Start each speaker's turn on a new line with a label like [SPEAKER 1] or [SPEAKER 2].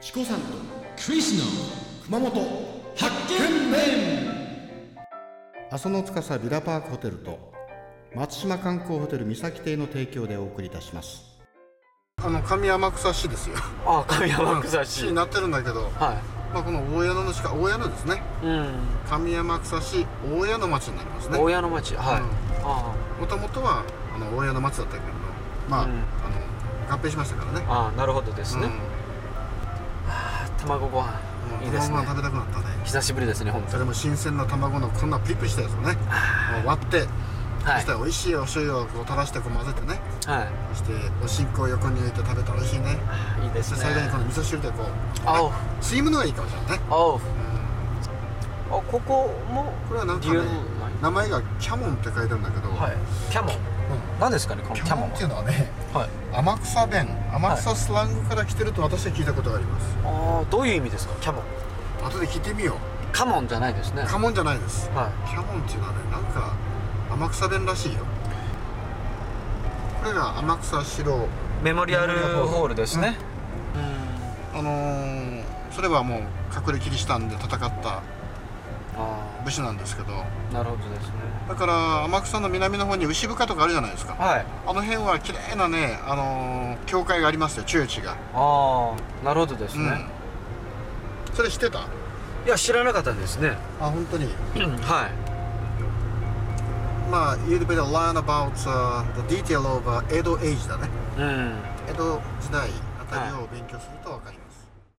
[SPEAKER 1] チコさんとクリスの熊本発見面
[SPEAKER 2] 阿蘇の司ビラパークホテルと松島観光ホテル三崎邸の提供でお送りいたしますあの上天草市ですよ
[SPEAKER 3] あ神山草
[SPEAKER 2] 市
[SPEAKER 3] 市
[SPEAKER 2] になってるんだけど、
[SPEAKER 3] は
[SPEAKER 2] まあ、この大矢野の近大矢野ですね
[SPEAKER 3] いうん
[SPEAKER 2] 上天草市大矢野町になりますね
[SPEAKER 3] 大屋の町はい、
[SPEAKER 2] うん
[SPEAKER 3] あ
[SPEAKER 2] もともとはあの大矢野町だったけどまあ,、
[SPEAKER 3] うん
[SPEAKER 2] あの合併しましたからね
[SPEAKER 3] あああなるほどですね、
[SPEAKER 2] うん
[SPEAKER 3] あー卵ご飯
[SPEAKER 2] もう
[SPEAKER 3] いいですね
[SPEAKER 2] 卵が食べたくなったね
[SPEAKER 3] 久しぶりですね本当
[SPEAKER 2] そ
[SPEAKER 3] に
[SPEAKER 2] れも新鮮な卵のこんなプリプリしたやつをねもう割って、そ
[SPEAKER 3] はい
[SPEAKER 2] して美味しいお醤油をこう垂らしてこう混ぜてね
[SPEAKER 3] はい
[SPEAKER 2] そしておしっこを横に置いて食べたら美味しいね
[SPEAKER 3] あーいいで
[SPEAKER 2] そ
[SPEAKER 3] す
[SPEAKER 2] して最
[SPEAKER 3] ね
[SPEAKER 2] 後にこの味噌汁でこう
[SPEAKER 3] 青
[SPEAKER 2] 吸い物がいいかもしれないね、
[SPEAKER 3] 青
[SPEAKER 2] う
[SPEAKER 3] あここも
[SPEAKER 2] んこれはなんか
[SPEAKER 3] 理
[SPEAKER 2] ね
[SPEAKER 3] 由ない
[SPEAKER 2] 名前がキャモンって書いてあるんだけど、
[SPEAKER 3] キャモン、何ですかねこのキ
[SPEAKER 2] キ
[SPEAKER 3] ャ
[SPEAKER 2] ャモ
[SPEAKER 3] モン
[SPEAKER 2] ン
[SPEAKER 3] は
[SPEAKER 2] っていうのはね
[SPEAKER 3] はい
[SPEAKER 2] 天草弁天草スラングから来てると私は聞いたことがあります、
[SPEAKER 3] あーどういう意味ですかキャモン
[SPEAKER 2] 後で聞いてみよ
[SPEAKER 3] カモンじゃないですね
[SPEAKER 2] うカモンじゃないです
[SPEAKER 3] は
[SPEAKER 2] キャモンっていうのはねなんか天草弁らしいよこれが天草四郎
[SPEAKER 3] いメモリアルホールですねうん
[SPEAKER 2] あのーそれはもう隠れキリシタンで戦った
[SPEAKER 3] あ
[SPEAKER 2] 武士なんですけど
[SPEAKER 3] あなるほどですね
[SPEAKER 2] だから天草の南の方に牛深とかあるじゃないですか
[SPEAKER 3] はい
[SPEAKER 2] あの辺は綺麗なね、あのー教会がありますよ、中地が。
[SPEAKER 3] ああなるほどです
[SPEAKER 2] う
[SPEAKER 3] ね、
[SPEAKER 2] ん。それ知ってた？あ、
[SPEAKER 3] いや知らなかったですね
[SPEAKER 2] 本当に。
[SPEAKER 3] はい
[SPEAKER 2] まあ、you better learn about、uh, the detail of uh, Edo Age だね。
[SPEAKER 3] うん
[SPEAKER 2] 江戸時代あたりを勉強するとわかります。